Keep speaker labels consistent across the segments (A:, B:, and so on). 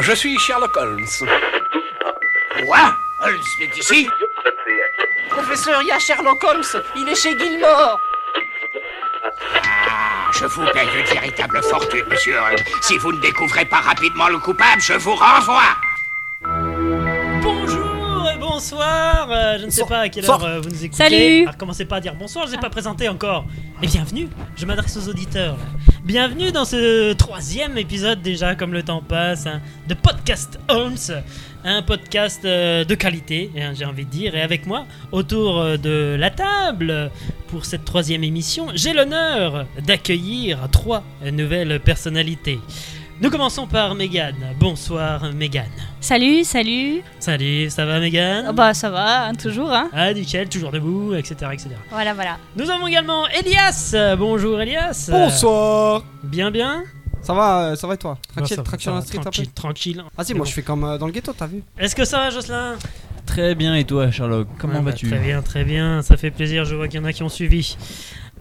A: Je suis Sherlock Holmes.
B: Quoi Holmes est ici
C: Professeur, il y a Sherlock Holmes. Il est chez Gilmore.
B: Ah, je vous paie une véritable fortune, monsieur Holmes. Si vous ne découvrez pas rapidement le coupable, je vous renvoie.
D: Bonjour et bonsoir. euh, je ne sais pas à quelle heure
E: Bonsoir.
D: euh, vous nous écoutez.
F: Salut.
D: Alors, commencez pas à dire bonsoir, je ne l'ai pas présenté encore. Et bienvenue, je m'adresse aux auditeurs. Bienvenue dans ce troisième épisode déjà, comme le temps passe, hein, de Podcast Holmes. Un podcast euh, de qualité, hein, j'ai envie de dire. Et avec moi, autour euh, de la table, pour cette troisième émission, j'ai l'honneur d'accueillir trois nouvelles personnalités. Nous commençons par Megan. Bonsoir Megan.
F: Salut, salut.
D: Salut, ça va Megan
F: Oh, bah ça va, hein, toujours. Hein.
D: Ah, nickel, toujours debout, etc., etc.
F: Voilà, voilà.
D: Nous avons également Elias. Euh, Bonjour Elias. Euh,
E: Bonsoir
D: Bien, bien.
E: Ça va, euh, ça va et toi
D: Non, ça
E: Traction,
D: va,
E: traction
D: ça va,
E: street un peu
D: Tranquille, tranquille.
E: Vas-y,
D: C'est
E: moi
D: bon.
E: je fais comme euh, dans le ghetto, t'as vu
D: Est-ce que ça va, Jocelyn
G: Très bien, et toi, Sherlock Comment
D: Ah bah,
G: vas-tu
D: Très bien, très bien. Ça fait plaisir. Je vois qu'il y en a qui ont suivi.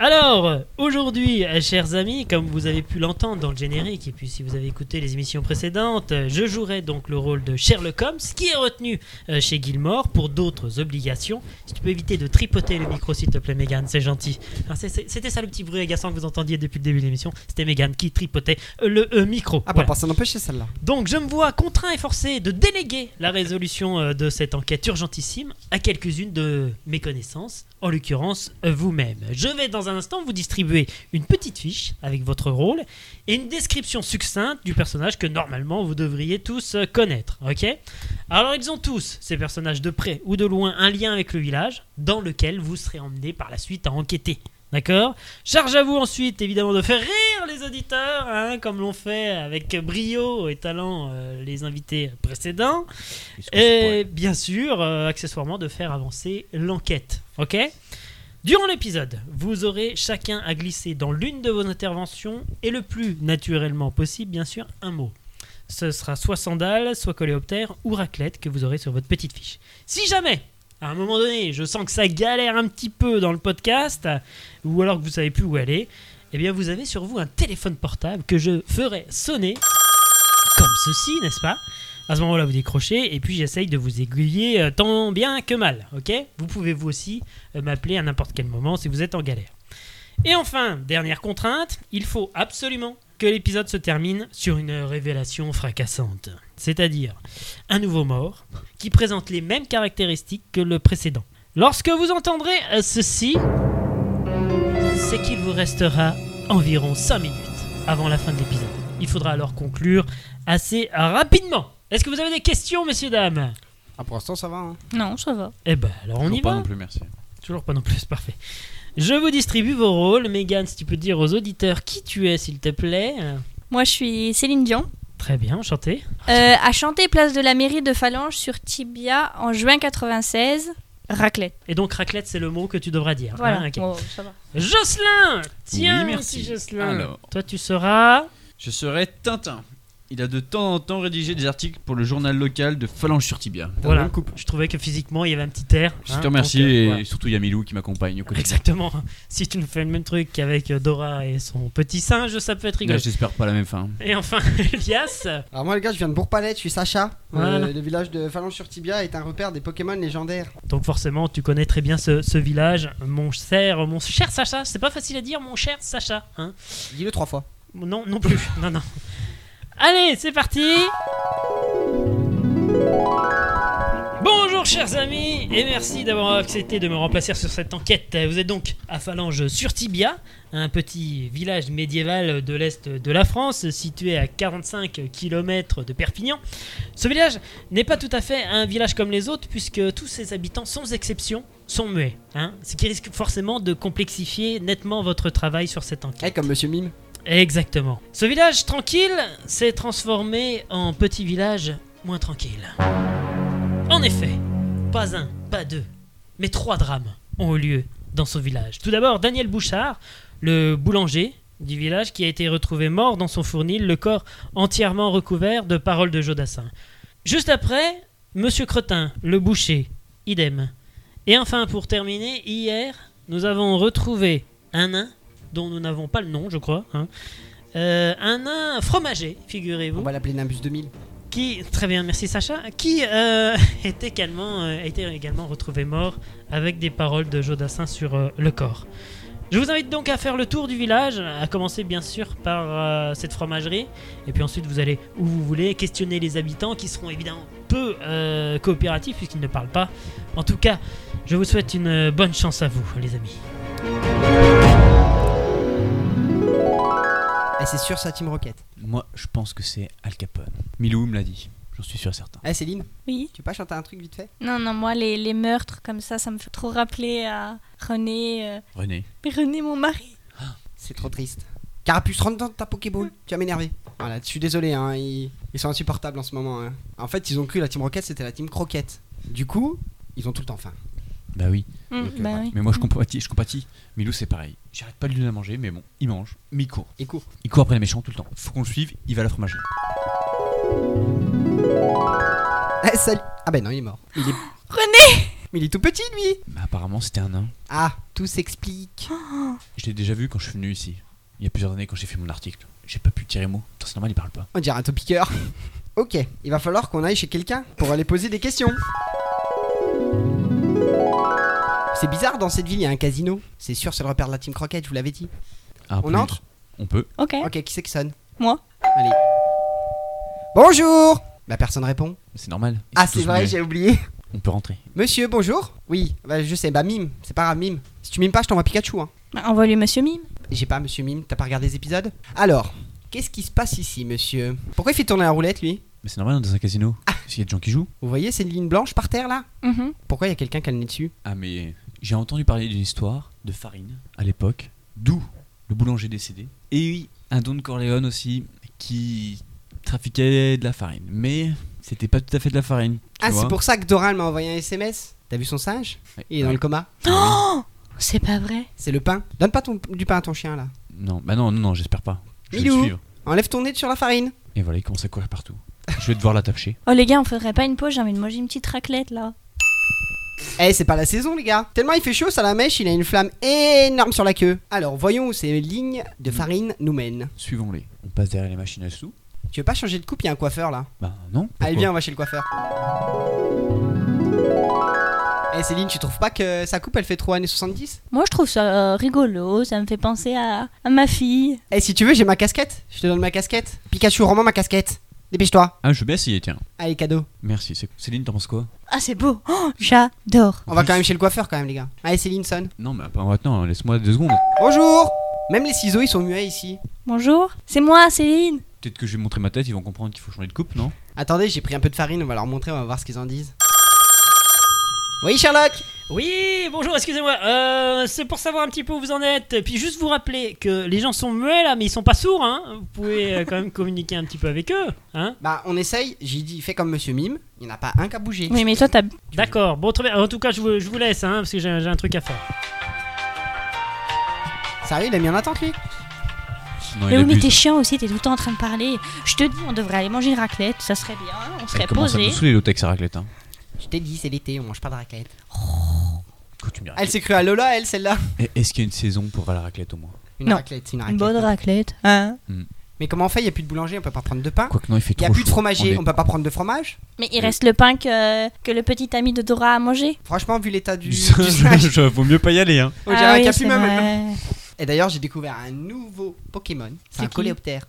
D: Alors, aujourd'hui, euh, chers amis, comme vous avez pu l'entendre dans le générique, et puis si vous avez écouté les émissions précédentes, euh, je jouerai donc le rôle de Sherlock Holmes, qui est retenu euh, chez Gilmore pour d'autres obligations. Si tu peux éviter de tripoter le micro, s'il te plaît, Megan, c'est gentil. Hein, c'est- c'est- C'était ça le petit bruit agaçant que vous entendiez depuis le début de l'émission. C'était Megan qui tripotait euh, le euh, micro.
E: Ah,
D: Voilà.
E: papa, ça n'empêchait celle-là.
D: Donc je me vois contraint et forcé de déléguer la résolution euh, de cette enquête urgentissime à quelques-unes de mes connaissances, en l'occurrence euh, vous-même. Je vais dans un instant vous distribuer une petite fiche avec votre rôle et une description succincte du personnage que normalement vous devriez tous euh, connaître, ok Alors ils ont tous, ces personnages de près ou de loin, un lien avec le village dans lequel vous serez emmené par la suite à enquêter. D'accord Charge à vous ensuite, évidemment, de faire rire les auditeurs, hein, comme l'ont fait avec brio et talent euh, les invités précédents.
G: Qu'est-ce qu'on se
D: Et bien sûr, euh, accessoirement, de faire avancer l'enquête. Ok Durant l'épisode, vous aurez chacun à glisser dans l'une de vos interventions, et le plus naturellement possible, bien sûr, un mot. Ce sera soit sandales, soit coléoptère ou raclette que vous aurez sur votre petite fiche. Si jamais, à un moment donné, je sens que ça galère un petit peu dans le podcast, ou alors que vous savez plus où aller, eh bien vous avez sur vous un téléphone portable que je ferai sonner comme ceci, n'est-ce pas À ce moment-là, vous décrochez et puis j'essaye de vous aiguiller euh, tant bien que mal, ok Vous pouvez vous aussi euh, m'appeler à n'importe quel moment si vous êtes en galère. Et enfin, dernière contrainte, il faut absolument que l'épisode se termine sur une révélation fracassante, c'est-à-dire un nouveau mort qui présente les mêmes caractéristiques que le précédent. Lorsque vous entendrez euh, ceci, c'est qu'il vous restera environ 5 minutes avant la fin de l'épisode. Il faudra alors conclure assez rapidement. Est-ce que vous avez des questions, messieurs, dames
E: Ah, pour l'instant, ça va. Hein.
F: Non, ça va.
D: Eh ben, alors on
G: Toujours
D: y
G: pas
D: va.
G: non plus, merci.
D: Toujours pas non plus, parfait. Je vous distribue vos rôles. Megan, si tu peux dire aux auditeurs qui tu es, s'il te plaît. Euh,
F: Moi, je suis Céline Dion.
D: Très bien, enchanté.
F: Euh, à chanter place de la mairie de Phalange sur Tibia en juin 96. Raclette.
D: Et donc, raclette, c'est le mot que tu devras dire.
F: Voilà.
D: hein, ok.
F: Oh, ça va.
D: Jocelyn Tiens,
G: Oui, merci.
D: petit Jocelyn.
G: Alors.
D: Toi, tu seras.
G: Je serai Tintin. Il a de temps en temps rédigé des articles pour le journal local de Phalange sur Tibia.
E: T'as
D: Voilà.
E: une coupe.
D: Je trouvais que physiquement, il y avait un petit air.
G: Je
D: hein,
G: te remercie
D: donc, euh,
G: et
D: voilà.
G: surtout Yamilou qui m'accompagne au quotidien.
D: Exactement. Si tu nous fais le même truc qu'avec euh, Dora et son petit singe, ça peut être
G: Là,
D: rigolo.
G: J'espère pas la même fin.
D: Et enfin, Elias.
E: Alors, moi, les gars, je viens de Bourg-Palais, je suis Sacha. Euh,
D: Voilà.
E: le village de Phalange-sur-Tibia est un repère des Pokémon légendaires.
D: Donc forcément, tu connais très bien ce, ce village, mon cher, mon cher Sacha. C'est pas facile à dire, mon cher Sacha. Hein
E: Dis-le trois fois.
D: non, non plus. Non, non. Allez, c'est parti. Bonjour chers amis et merci d'avoir accepté de me remplacer sur cette enquête. Vous êtes donc à Phalange sur Tibia, un petit village médiéval de l'est de la France situé à 45 km de Perpignan. Ce village n'est pas tout à fait un village comme les autres puisque tous ses habitants sans exception sont muets, hein, ce qui risque forcément de complexifier nettement votre travail sur cette enquête.
E: Eh, comme Monsieur Mime.
D: Exactement. Ce village tranquille s'est transformé en petit village moins tranquille. En effet, pas un, pas deux, mais trois drames ont eu lieu dans ce village. Tout d'abord, Daniel Bouchard, le boulanger du village, qui a été retrouvé mort dans son fournil, le corps entièrement recouvert de paroles de Jodassin. Juste après, Monsieur Cretin, le boucher, idem. Et enfin, pour terminer, hier, nous avons retrouvé un nain dont nous n'avons pas le nom, je crois. hein. Euh, un nain fromager, figurez-vous,
E: Hmm? On va l'appeler Nimbus 2000.
D: qui qui, très bien, merci Sacha, qui euh, est également, euh, a été également retrouvé mort avec des paroles de Jodassin sur euh, le corps. Je vous invite donc à faire le tour du village, à commencer bien sûr par euh, cette fromagerie, et puis ensuite vous allez où vous voulez, questionner les habitants qui seront évidemment peu euh, coopératifs puisqu'ils ne parlent pas. En tout cas, je vous souhaite une euh, bonne chance à vous, les amis.
E: Eh, c'est sûr, ça Team Rocket.
G: Moi, je pense que c'est Al Capone. Milou me l'a dit. J'en suis sûr et certain.
E: Eh, Céline,
F: Oui.
E: tu peux pas chanter un truc vite fait
F: Non, non, moi, les, les meurtres comme ça, ça me fait trop rappeler à René. euh,
G: René.
F: Mais René, mon mari.
E: C'est trop triste. Carapuce, rentre dans ta Pokéball. Tu vas m'énerver. Voilà, je suis désolé, hein, ils, ils sont insupportables en ce moment. hein. En fait, ils ont cru la Team Rocket, c'était la Team Croquette. Du coup, ils ont tout le temps faim.
G: Bah oui.
F: Mm,
E: Donc, euh,
F: bah
E: ouais.
F: oui.
G: Mais moi, je compatis. Je compatis. Milou, c'est pareil. J'arrête pas de lui donner à manger, mais bon, il mange. Mais il court.
E: Et court.
G: Il court après les méchants tout le temps. Faut qu'on le suive. Il va à la fromagerie.
E: Eh, salut. Ah ben non, il est mort. Il est...
F: René
E: Mais il est tout petit, lui.
G: Mais apparemment, c'était un nain.
E: Ah, tout s'explique.
G: Je l'ai déjà vu quand je suis venu ici. Il y a plusieurs années, quand j'ai fait mon article. J'ai pas pu tirer mot. Putain, C'est normal, il parle pas.
E: On dirait un topiqueur. ok, il va falloir qu'on aille chez quelqu'un pour aller poser des questions. C'est bizarre, dans cette ville, il y a un casino. C'est sûr, c'est le repère de la Team Croquette, je vous l'avais dit.
G: Ah,
E: On
G: peut-
E: entre
G: On peut.
F: Ok,
E: Ok, qui c'est qui sonne
F: moi.
E: Allez. Bonjour La personne répond.
G: C'est normal. Ils
E: Ah,
G: sont
E: c'est
G: tous
E: vrai,
G: muets.
E: j'ai oublié.
G: On peut rentrer.
E: Monsieur, bonjour Oui, bah, je sais, bah mime, c'est pas grave, mime. Si tu mimes pas, je t'envoie Pikachu, hein.
F: Bah, Envoie-lui Monsieur Mime.
E: J'ai pas, monsieur mime, t'as pas regardé les épisodes Alors, qu'est-ce qui se passe ici, monsieur Pourquoi il fait tourner la roulette, lui
G: Mais c'est normal, on est dans un casino.
E: Ah.
G: S'il y a des gens qui jouent.
E: Vous voyez, c'est une ligne blanche par terre, là
F: Mhm.
E: Pourquoi il y a quelqu'un qui a le nez dessus
G: Ah mais j'ai entendu parler d'une histoire de farine à l'époque, d'où le boulanger décédé, et un don de Corleone aussi qui trafiquait de la farine, mais c'était pas tout à fait de la farine. tu
E: Ah,
G: vois. euh,
E: c'est pour ça que Doral m'a envoyé un SMS T'as vu son singe
G: Ouais.
E: Il est dans le coma.
F: C'est pas vrai.
E: C'est le pain. Donne pas ton- du pain à ton chien, là.
G: Non, bah non, non, non, j'espère pas. Je vais le
E: Milou.
G: suivre.
E: Enlève ton nez de sur la farine.
G: Et voilà, il commence à courir partout. Je vais devoir l'attacher.
F: Oh les gars, on ferait pas une pause, j'ai envie de manger une petite raclette là.
E: Eh, c'est pas la saison, les gars. Tellement il fait chaud, ça la mèche, il a une flamme énorme sur la queue. Alors, voyons où ces lignes de farine nous mènent.
G: Suivons-les. On passe derrière les machines à sous.
E: Tu veux pas changer de coupe, il y a un coiffeur, là.
G: Bah non.
E: Allez,
G: pourquoi
E: viens, on va chez le coiffeur. Eh Céline, tu trouves pas que sa coupe elle fait trop années 70
F: Moi je trouve ça euh, rigolo, ça me fait penser à, à ma fille.
E: Eh si tu veux, j'ai ma casquette. Je te donne ma casquette. Pikachu, rends-moi ma casquette. Dépêche-toi.
G: Ah, je vais bien essayer, tiens.
E: Allez, cadeau.
G: Merci. c'est- Céline, t'en penses quoi
F: Ah c'est beau, Oh, j'adore.
E: On va
G: Oui.
E: quand même chez le coiffeur quand même, les gars. Allez, Céline, sonne.
G: Non, mais pas maintenant. Laisse-moi deux secondes.
E: Bonjour Même les ciseaux, ils sont muets ici.
F: Bonjour, c'est moi Céline.
G: Peut-être que je vais montrer ma tête, ils vont comprendre qu'il faut changer de coupe, non
E: Attendez, j'ai pris un peu de farine, on va leur montrer, on va voir ce qu'ils en disent. Oui, Sherlock
D: Oui, bonjour, excusez-moi. Euh, c'est pour savoir un petit peu où vous en êtes. Et puis juste vous rappeler que les gens sont muets là, mais ils sont pas sourds. Hein. Vous pouvez euh, quand même communiquer un petit peu avec eux. Hein.
E: Bah, on essaye. J'ai dit, fais comme Monsieur Mime. Il n'y en a pas un qui a bougé.
F: Oui mais toi t'as...
D: D'accord. Bon, très bien. En tout cas, je vous, je vous laisse hein, parce que j'ai j'ai un truc à faire.
E: Sérieux, il a mis en attente, lui
G: Non,
F: Mais oui mais
G: abuse.
F: t'es chiant aussi, t'es tout le temps en train de parler. Je te dis, on devrait aller manger une raclette, ça serait bien, on serait
G: Elle commence à me
F: posé.
G: saouler l'autre avec sa raclette. Hein.
E: Je t'ai dit, c'est l'été, on mange pas de raclette.
G: Quand tu me diras-
E: Elle s'est crue à Lola, elle, celle-là.
G: Et- Eh, Est-ce qu'il y a une saison pour la raclette au moins
E: Une
F: Non.
E: raclette, une
F: Une
E: raclette.
F: bonne raclette. Hein
E: Mais comment on fait Il n'y a plus de boulanger, on peut pas prendre de pain.
G: Quoique non, il fait
E: Il n'y
G: trop
E: a plus de
G: chaud.
E: fromager,
G: On est-
E: on peut pas prendre de fromage.
F: mais il reste le pain que, que le petit ami de Dora a mangé.
E: Franchement, vu l'état du,
G: Du
E: du
G: singe,
E: singe, Oh,
G: je- vaut mieux pas y aller. Hein.
E: on dirait un
F: Ah c'est
E: capimum maintenant.
F: vrai.
E: Et d'ailleurs, j'ai découvert un nouveau Pokémon.
F: C'est
E: C'est un
F: qui
E: coléoptère.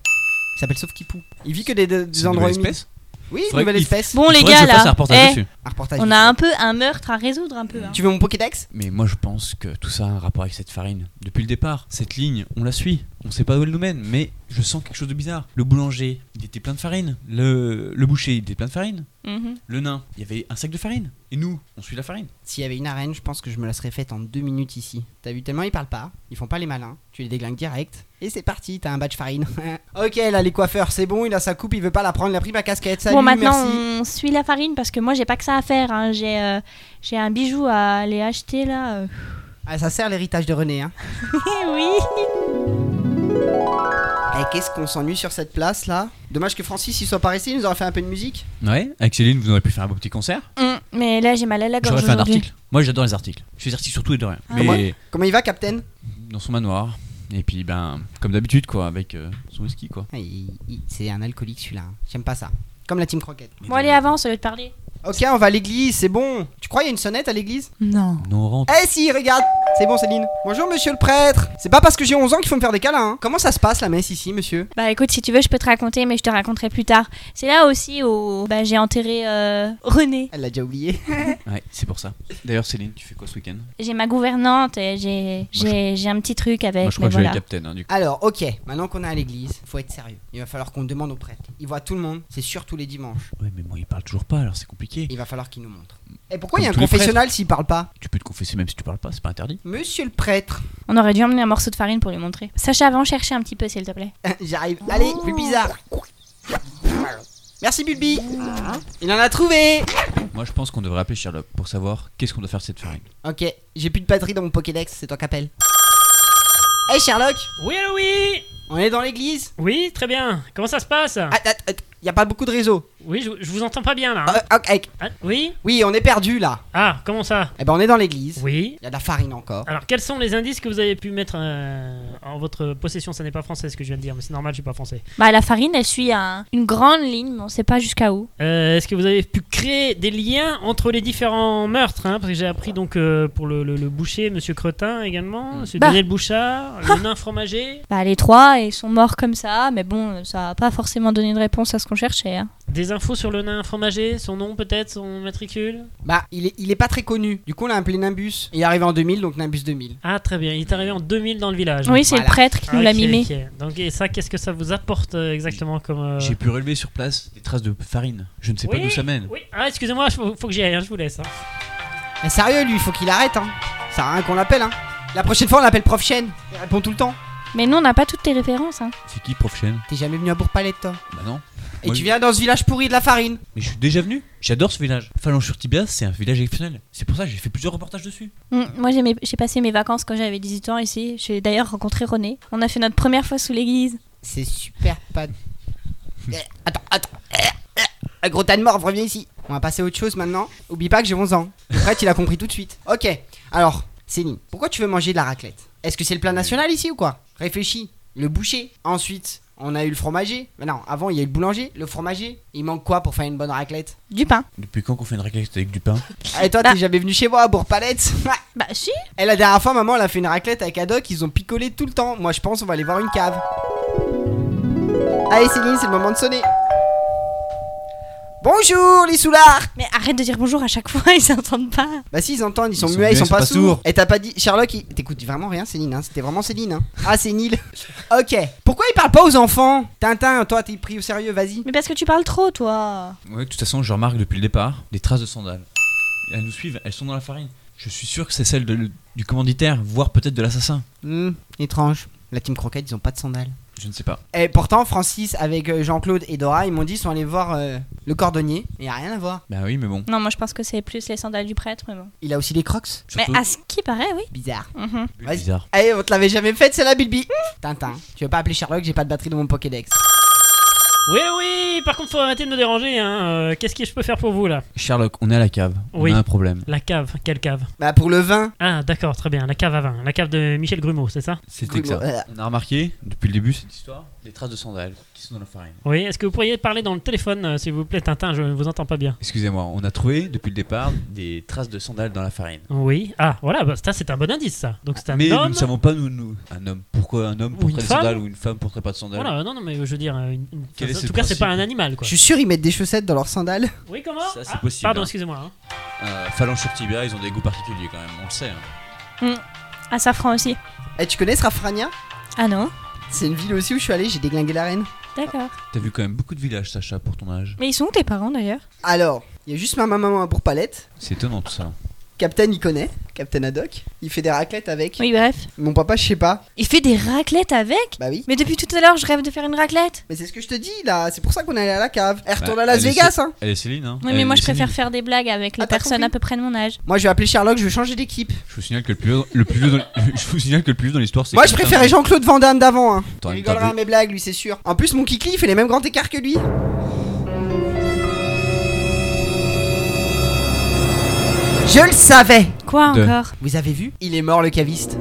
E: Il s'appelle Sauf-Kipou. Il vit que des, des
G: C'est une
E: endroits
G: nouvelle
E: humides.
G: espèce
E: Oui,
G: Faudrait
E: nouvelle
G: qu'il-
E: espèce.
F: Bon les
G: Faudrait que
F: gars
G: je fasse un
F: là,
G: reportage
F: eh,
G: dessus.
E: Un reportage.
F: on
E: vite
F: a
E: fait.
F: un peu un meurtre à résoudre un peu. hein.
E: Tu veux mon Pokédex
G: Mais moi je pense que tout ça a un rapport avec cette farine. Depuis le départ, cette ligne, on la suit. On sait pas où elle nous mène, mais je sens quelque chose de bizarre. Le boulanger, il était plein de farine. Le, le boucher, il était plein de farine.
F: Mhm.
G: Le nain, il y avait un sac de farine. Et nous, on suit la farine.
E: S'il y avait une arène, je pense que je me la serais faite en deux minutes ici. T'as vu tellement ils parlent pas, ils font pas les malins, tu les déglingues direct, et c'est parti, t'as un badge farine. ok là les coiffeurs, c'est bon, il a sa coupe, il veut pas la prendre, il a pris ma casquette, salut,
F: bon, maintenant,
E: merci.
F: on suit la farine parce que moi, j'ai pas que ça à faire. hein. J'ai euh, j'ai un bijou à aller acheter là. euh.
E: Ah, ça sert l'héritage de René, hein.
F: Eh oui
E: Et Eh, qu'est-ce qu'on s'ennuie sur cette place là Dommage que Francis il soit pas resté, il nous aurait fait un peu de musique.
G: Ouais, avec Céline, vous auriez pu faire un beau petit concert.
F: Mm, Mais là, j'ai mal à la gorge.
G: J'aurais fait un
F: aujourd'hui.
G: article. Moi j'adore les articles. Je fais des articles sur tout et de rien.
F: Ah.
G: Mais.
E: Moi- Comment il va, Captain
G: dans son manoir. Et puis, ben, comme d'habitude, quoi, avec euh, son whisky, quoi.
E: Ah, il- il- C'est un alcoolique celui-là, hein. j'aime pas ça. Comme la team croquette.
F: Bon, allez, avance au lieu de parler.
E: Ok, on va à l'église, c'est bon. Tu crois il y a une sonnette à l'église
A: Non.
G: Non, on rentre.
E: Eh si, regarde C'est bon, Céline. Bonjour, monsieur le prêtre. C'est pas parce que j'ai 11 ans qu'il faut me faire des câlins. hein. Comment ça se passe la messe ici, monsieur
F: Bah écoute, si tu veux, je peux te raconter, mais je te raconterai plus tard. C'est là aussi où bah, j'ai enterré euh, René.
E: Elle l'a déjà oublié.
F: Eh.
G: Ouais, c'est pour ça. D'ailleurs, Céline, tu fais quoi ce week-end
F: J'ai ma gouvernante et j'ai j'ai- j'ai un petit truc avec. Eh, mais
G: Moi, je crois que je vais
F: voilà.
G: aller captain, hein, du coup.
E: Alors, ok, maintenant qu'on est à l'église, faut être sérieux. Il va falloir qu'on demande au prêtre. Il voit tout le monde, c'est sûr tous les dimanches.
G: Ouais, mais moi, il parle toujours pas, alors c'est compliqué.
E: Il va falloir qu'il nous montre. Et pourquoi
G: Comme
E: il y a un
G: tous les
E: confessionnal s'il parle pas
G: Tu peux te confesser même si tu parles pas, c'est pas interdit.
E: Monsieur le prêtre
F: On aurait dû emmener un morceau de farine pour lui montrer. Sacha, va en chercher un petit peu, s'il te plaît.
E: J'arrive. Allez, plus bizarre. Merci Bulbi. Il en a trouvé.
G: Moi, je pense qu'on devrait appeler Sherlock pour savoir qu'est-ce qu'on doit faire de cette farine.
E: Ok, j'ai plus de batterie dans mon Pokédex, c'est toi qu'appelle. Hey Sherlock,
D: Oui, allô, oui
E: on est dans l'église
D: Oui, très bien. Comment ça se passe
E: Ah, ah, ah, y a pas beaucoup de réseau.
D: Oui, je, je vous entends pas bien là. hein.
E: Ah, ok, ok.
D: Ah, oui
E: Oui, on est perdu là.
D: Ah, comment ça
E: Eh ben on est dans l'église.
D: Oui.
E: Il y a de la farine encore.
D: Alors, quels sont les indices que vous avez pu mettre euh, en votre possession Ça n'est pas français ce que je viens de dire, mais c'est normal, je suis pas français.
F: Bah la farine, elle suit un- une grande ligne, mais on sait pas jusqu'à où.
D: Euh, Est-ce que vous avez pu créer des liens entre les différents meurtres hein Parce que j'ai appris donc euh, pour le, le- le boucher, Monsieur Cretin également,
G: Mm.
D: Monsieur
F: Bah.
D: Daniel Bouchard, le nain fromager,
F: Bah les trois, ils sont morts comme ça, mais bon, ça a pas forcément donné de réponse à ce qu'on cherchait. hein.
D: des infos sur le nain fromager, son nom peut-être, son matricule
E: Bah, il est, il est pas très connu. Du coup, on l'a appelé Nimbus. Il est arrivé en 2000, donc Nimbus 2000.
D: Ah, très bien, il est arrivé en 2000 dans le village.
F: Oui, c'est
E: Voilà.
F: le prêtre qui nous
D: Ah,
F: l'a
D: ok,
F: mimé.
D: ok. Donc, et ça, qu'est-ce que ça vous apporte euh, exactement comme. euh,
G: J'ai pu relever sur place des traces de farine. Je ne sais
D: Oui,
G: pas d'où ça mène.
D: Oui, ah, excusez-moi, il faut, faut que j'y aille, hein, je vous laisse. hein.
E: Mais sérieux, lui, il faut qu'il arrête, hein. Ça a rien qu'on l'appelle, hein. La prochaine fois, on l'appelle Prof Chen. Il répond tout le temps.
F: Mais nous, on n'a pas toutes tes références. Hein.
G: C'est qui, prof Chen
E: T'es jamais venu à Bourg-Palais, toi.
G: Bah non.
E: Et
G: Moi,
E: tu
G: je-
E: viens dans ce village pourri de la farine.
G: Mais je suis déjà venu. J'adore ce village. Phalange sur Tibia, c'est un village exceptionnel. C'est pour ça que j'ai fait plusieurs reportages dessus.
F: Mm, Moi, j'ai mes- j'ai passé mes vacances quand j'avais 18 ans ici. J'ai d'ailleurs rencontré René. On a fait notre première fois sous l'église.
E: C'est super pas. Eh, attends, attends. Eh, eh. Un gros tas de morts, reviens ici. On va passer à autre chose maintenant. Oublie pas que j'ai 11 ans. Le prêtre, il a compris tout de suite. Ok, alors, Céline, pourquoi tu veux manger de la raclette Est-ce que c'est le plat national ici ou quoi Réfléchis. Le boucher. Ensuite, on a eu le fromager. Mais non, avant, il y a eu le boulanger, le fromager. Il manque quoi pour faire une bonne raclette
F: Du pain.
G: Depuis quand qu'on fait une raclette avec du pain
E: Et toi, t'es jamais venu chez moi à Bourg-Palette
F: Bah, si.
E: Et la dernière fois, maman, elle a fait une raclette avec Adoc, ils ont picolé tout le temps. Moi, je pense, on va aller voir une cave. Allez, Céline, c'est le moment de sonner. Bonjour, les soulards
F: Mais arrête de dire bonjour à chaque fois, ils s'entendent pas.
E: Bah si, ils entendent, ils sont,
G: sont
E: muets, ils sont pas, sourds.
G: sourds.
E: Et t'as pas dit... Sherlock, il- t'écoutes vraiment rien, Céline, hein. C'était vraiment Céline, hein. Ah, c'est Neil. ok. Pourquoi il parle pas aux enfants Tintin, toi, t'es pris au sérieux, vas-y.
F: Mais parce que tu parles trop, toi.
G: Ouais, de toute façon, je remarque depuis le départ des traces de sandales. Elles nous suivent, elles sont dans la farine. Je suis sûr que c'est celle de- du commanditaire, voire peut-être de l'assassin.
E: Hmm, étrange. La team croquette, ils ont pas de sandales.
G: Je ne sais pas.
E: Et pourtant, Francis, avec euh, Jean-Claude et Dora, ils m'ont dit, ils sont allés voir euh, le cordonnier. Et y a rien à voir.
G: Bah oui, mais bon.
F: Non, moi, je pense que c'est plus les sandales du prêtre, mais bon.
E: Il a aussi des crocs.
G: Surtout,
F: Mais à ce qui paraît, oui.
E: Bizarre.
F: Mhm.
E: vas-y.
G: bizarre.
E: Allez, Eh, on te l'avait jamais faite, c'est la Bilby. Tintin, tu veux pas appeler Sherlock, j'ai pas de batterie dans mon Pokédex.
D: Oui, oui, par contre, faut arrêter de me déranger. Hein. Euh, Qu'est-ce que je peux faire pour vous là
G: Sherlock, on est à la cave.
D: Oui.
G: On a un problème.
D: La cave, quelle cave
E: Bah pour le vin,
D: Ah, d'accord, très bien, la cave à vin, la cave de Michel Grumeau, c'est ça
G: C'était que
E: Voilà.
G: ça. On a remarqué, depuis le début, cette histoire, des traces de sandales qui sont dans la farine.
D: Oui, est-ce que vous pourriez parler dans le téléphone, euh, s'il vous plaît, Tintin Je ne vous entends pas bien.
G: Excusez-moi, on a trouvé, depuis le départ, des traces de sandales dans la farine.
D: Oui, ah, voilà, bah, ça c'est un bon indice, ça. Donc c'est un
G: Mais nous
D: homme.
G: ne savons pas, nous, nous. Un homme, pourquoi un homme
D: Ou
G: porterait
D: une
G: des
D: femme.
G: sandales ou une femme porterait pas de sandales
D: Voilà, non, non, mais je veux dire, euh, une- une-
G: Quel est
D: en
G: ce
D: tout cas, c'est
G: principe
D: pas un animal, quoi.
E: je suis sûr ils mettent des chaussettes dans leurs sandales.
D: Oui, comment
G: Ça, c'est
D: Ah,
G: possible,
D: Pardon,
G: hein.
D: excusez-moi. hein.
G: Euh, phalange sur tibia, ils ont des goûts particuliers quand même, on le sait. hein.
F: À safran aussi.
E: Et Eh, tu connais Srafrania
F: Ah non
E: C'est une ville aussi où je suis allé, j'ai déglingué la reine.
F: D'accord.
G: T'as vu quand même beaucoup de villages, Sacha, pour ton âge.
F: Mais ils sont où tes parents, d'ailleurs
E: Alors, il y a juste ma maman pour palette.
G: C'est étonnant tout ça.
E: Captain, il connaît. Captain Haddock. Il fait des raclettes avec.
F: Oui, bref.
E: Mon papa, je sais pas.
F: Il fait des raclettes avec
E: Bah oui.
F: Mais depuis tout à l'heure, je rêve de faire une raclette.
E: Mais c'est ce que je te dis là, c'est pour ça qu'on est allé à la cave. Elle retourne
G: Bah,
E: à Las
G: elle est
E: Vegas,
G: sur-
E: hein.
G: Elle est Céline, hein
F: Oui,
G: Elle
F: mais
D: Euh,
G: est
F: moi, je préfère
G: Céline.
F: faire des blagues avec les
E: Ah, t'as
F: personnes
E: compris
F: à peu près de mon âge.
E: Moi, je vais appeler Sherlock, je veux changer d'équipe.
G: Je vous signale que le plus vieux, le plus vieux dans, je vous signale que le plus vieux dans l'histoire, c'est.
E: Moi, je
G: Quentin.
E: préférais Jean-Claude Van Damme d'avant, hein. Il
G: T'aurais une
E: rigolera à
G: table-
E: mes blagues, lui, c'est sûr. En plus, mon Kikli, il fait les mêmes grands écarts que lui. Je le savais
F: Quoi
G: Deux.
F: encore
E: Vous avez vu Il est mort, le caviste.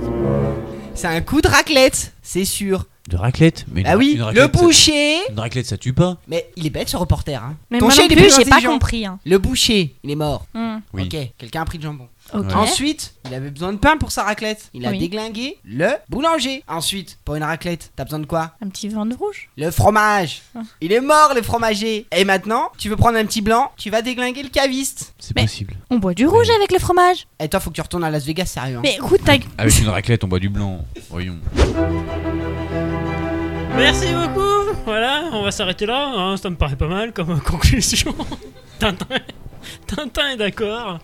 E: C'est un coup de raclette, c'est sûr.
G: de raclette. Mais une-
E: Ah oui,
G: une
E: le
G: raclette, ça-
E: boucher
G: Une raclette, ça tue pas.
E: Mais il est bête ce reporter. Hein.
F: Mais
E: Ton
F: moi
E: chien,
F: non
E: il est
F: plus,
E: plus
F: j'ai pas
E: intelligent.
F: compris. hein.
E: Le boucher, il est mort.
F: Hmm,
G: Oui.
E: Ok, quelqu'un a pris le jambon.
F: ok.
E: Ensuite, il avait besoin de pain pour sa raclette. Il a
F: Oui.
E: déglingué le boulanger. Ensuite, pour une raclette, t'as besoin de quoi
F: Un petit vin de rouge.
E: Le fromage. Il est mort, le fromager. Et maintenant, tu veux prendre un petit blanc, tu vas déglinguer le caviste.
G: C'est
F: Mais-
G: possible.
F: On boit du rouge avec le fromage.
E: Et toi, faut que tu retournes à Las Vegas, sérieux. hein.
F: Mais écoute, ta...
G: Avec une raclette, on boit du blanc. Voyons.
D: Merci beaucoup. Voilà, on va s'arrêter là. hein, ça me paraît pas mal comme conclusion. Tintin, Tintin est d'accord.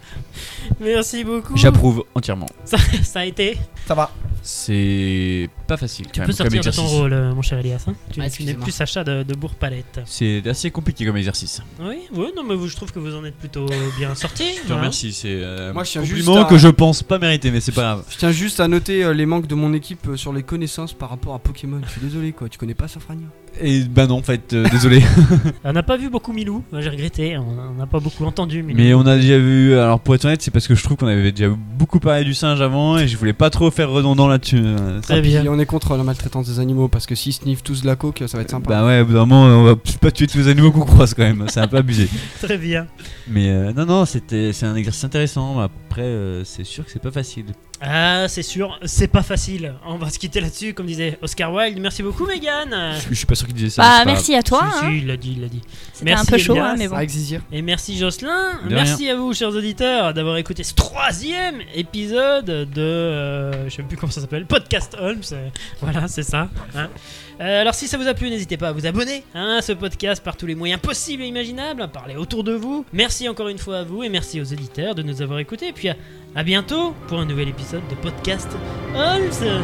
D: Merci beaucoup.
G: J'approuve entièrement.
D: Ça, ça a été.
E: Ça va.
G: C'est pas facile.
D: Tu peux sortir de ton rôle, euh, mon cher Elias. hein. Tu,
E: Ah,
D: tu n'es
E: excusez-moi.
D: plus Sacha de, de Bourg-Palette.
G: C'est assez compliqué comme exercice.
D: Oui, oui, non, mais vous- je trouve que vous en êtes plutôt euh, bien sorti.
G: Je te remercie, c'est euh,
E: Moi, je tiens
G: un
E: juste
G: compliment
E: à-
G: que je pense pas mériter, mais c'est pas grave.
E: Je tiens juste à noter euh, les manques de mon équipe euh, sur les connaissances par rapport à Pokémon. Je suis désolé, quoi. Tu connais pas Safrania
G: Et bah non, en fait, euh, désolé.
D: On n'a pas vu beaucoup Milou. Moi, J'ai regretté. On on n'a pas beaucoup entendu Milou.
G: mais on a déjà vu. Alors pour être honnête, c'est parce que je trouve qu'on avait déjà beaucoup parlé du singe avant et je voulais pas trop faire redondant là-dessus. euh, ça-
D: Très bien.
E: on est contre la maltraitance des animaux parce que s'ils sniffent tous de la coke, ça va être sympa.
G: Bah ouais, au bout d'un moment, on va pas tuer tous les animaux qu'on croise quand même. C'est un peu abusé.
D: Très bien.
G: Mais euh, non, non, c'était c'est un exercice intéressant. mais Après, euh, c'est sûr que c'est pas facile.
D: Ah, c'est sûr, c'est pas facile. On va se quitter là-dessus, comme disait Oscar Wilde. Merci beaucoup, Megan.
G: Je, je suis pas sûr qu'il disait ça. mais c'est
F: bah,
G: pas
F: merci à toi.
D: Si, si,
F: hein.
D: il l'a dit, il l'a dit.
F: C'était un
D: Merci,
F: peu chaud,
D: Elias.
F: hein, mais bon.
E: Avec Zizir.
D: Et merci Jocelyn.
G: De
D: merci à vous, chers auditeurs, d'avoir écouté ce troisième épisode de. euh, je sais plus comment ça s'appelle. Podcast Holmes. Euh, Voilà, c'est ça. hein. Euh, alors, si ça vous a plu, n'hésitez pas à vous abonner hein, à ce podcast par tous les moyens possibles et imaginables. À parler autour de vous. Merci encore une fois à vous et merci aux auditeurs de nous avoir écoutés. Et puis à, à bientôt pour un nouvel épisode de Podcast Holmes.